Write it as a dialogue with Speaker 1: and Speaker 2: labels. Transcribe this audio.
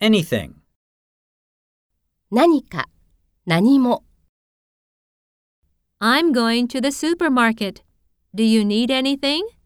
Speaker 1: Anything.
Speaker 2: 何か、何も、
Speaker 3: I'm going to the supermarket. Do you need anything?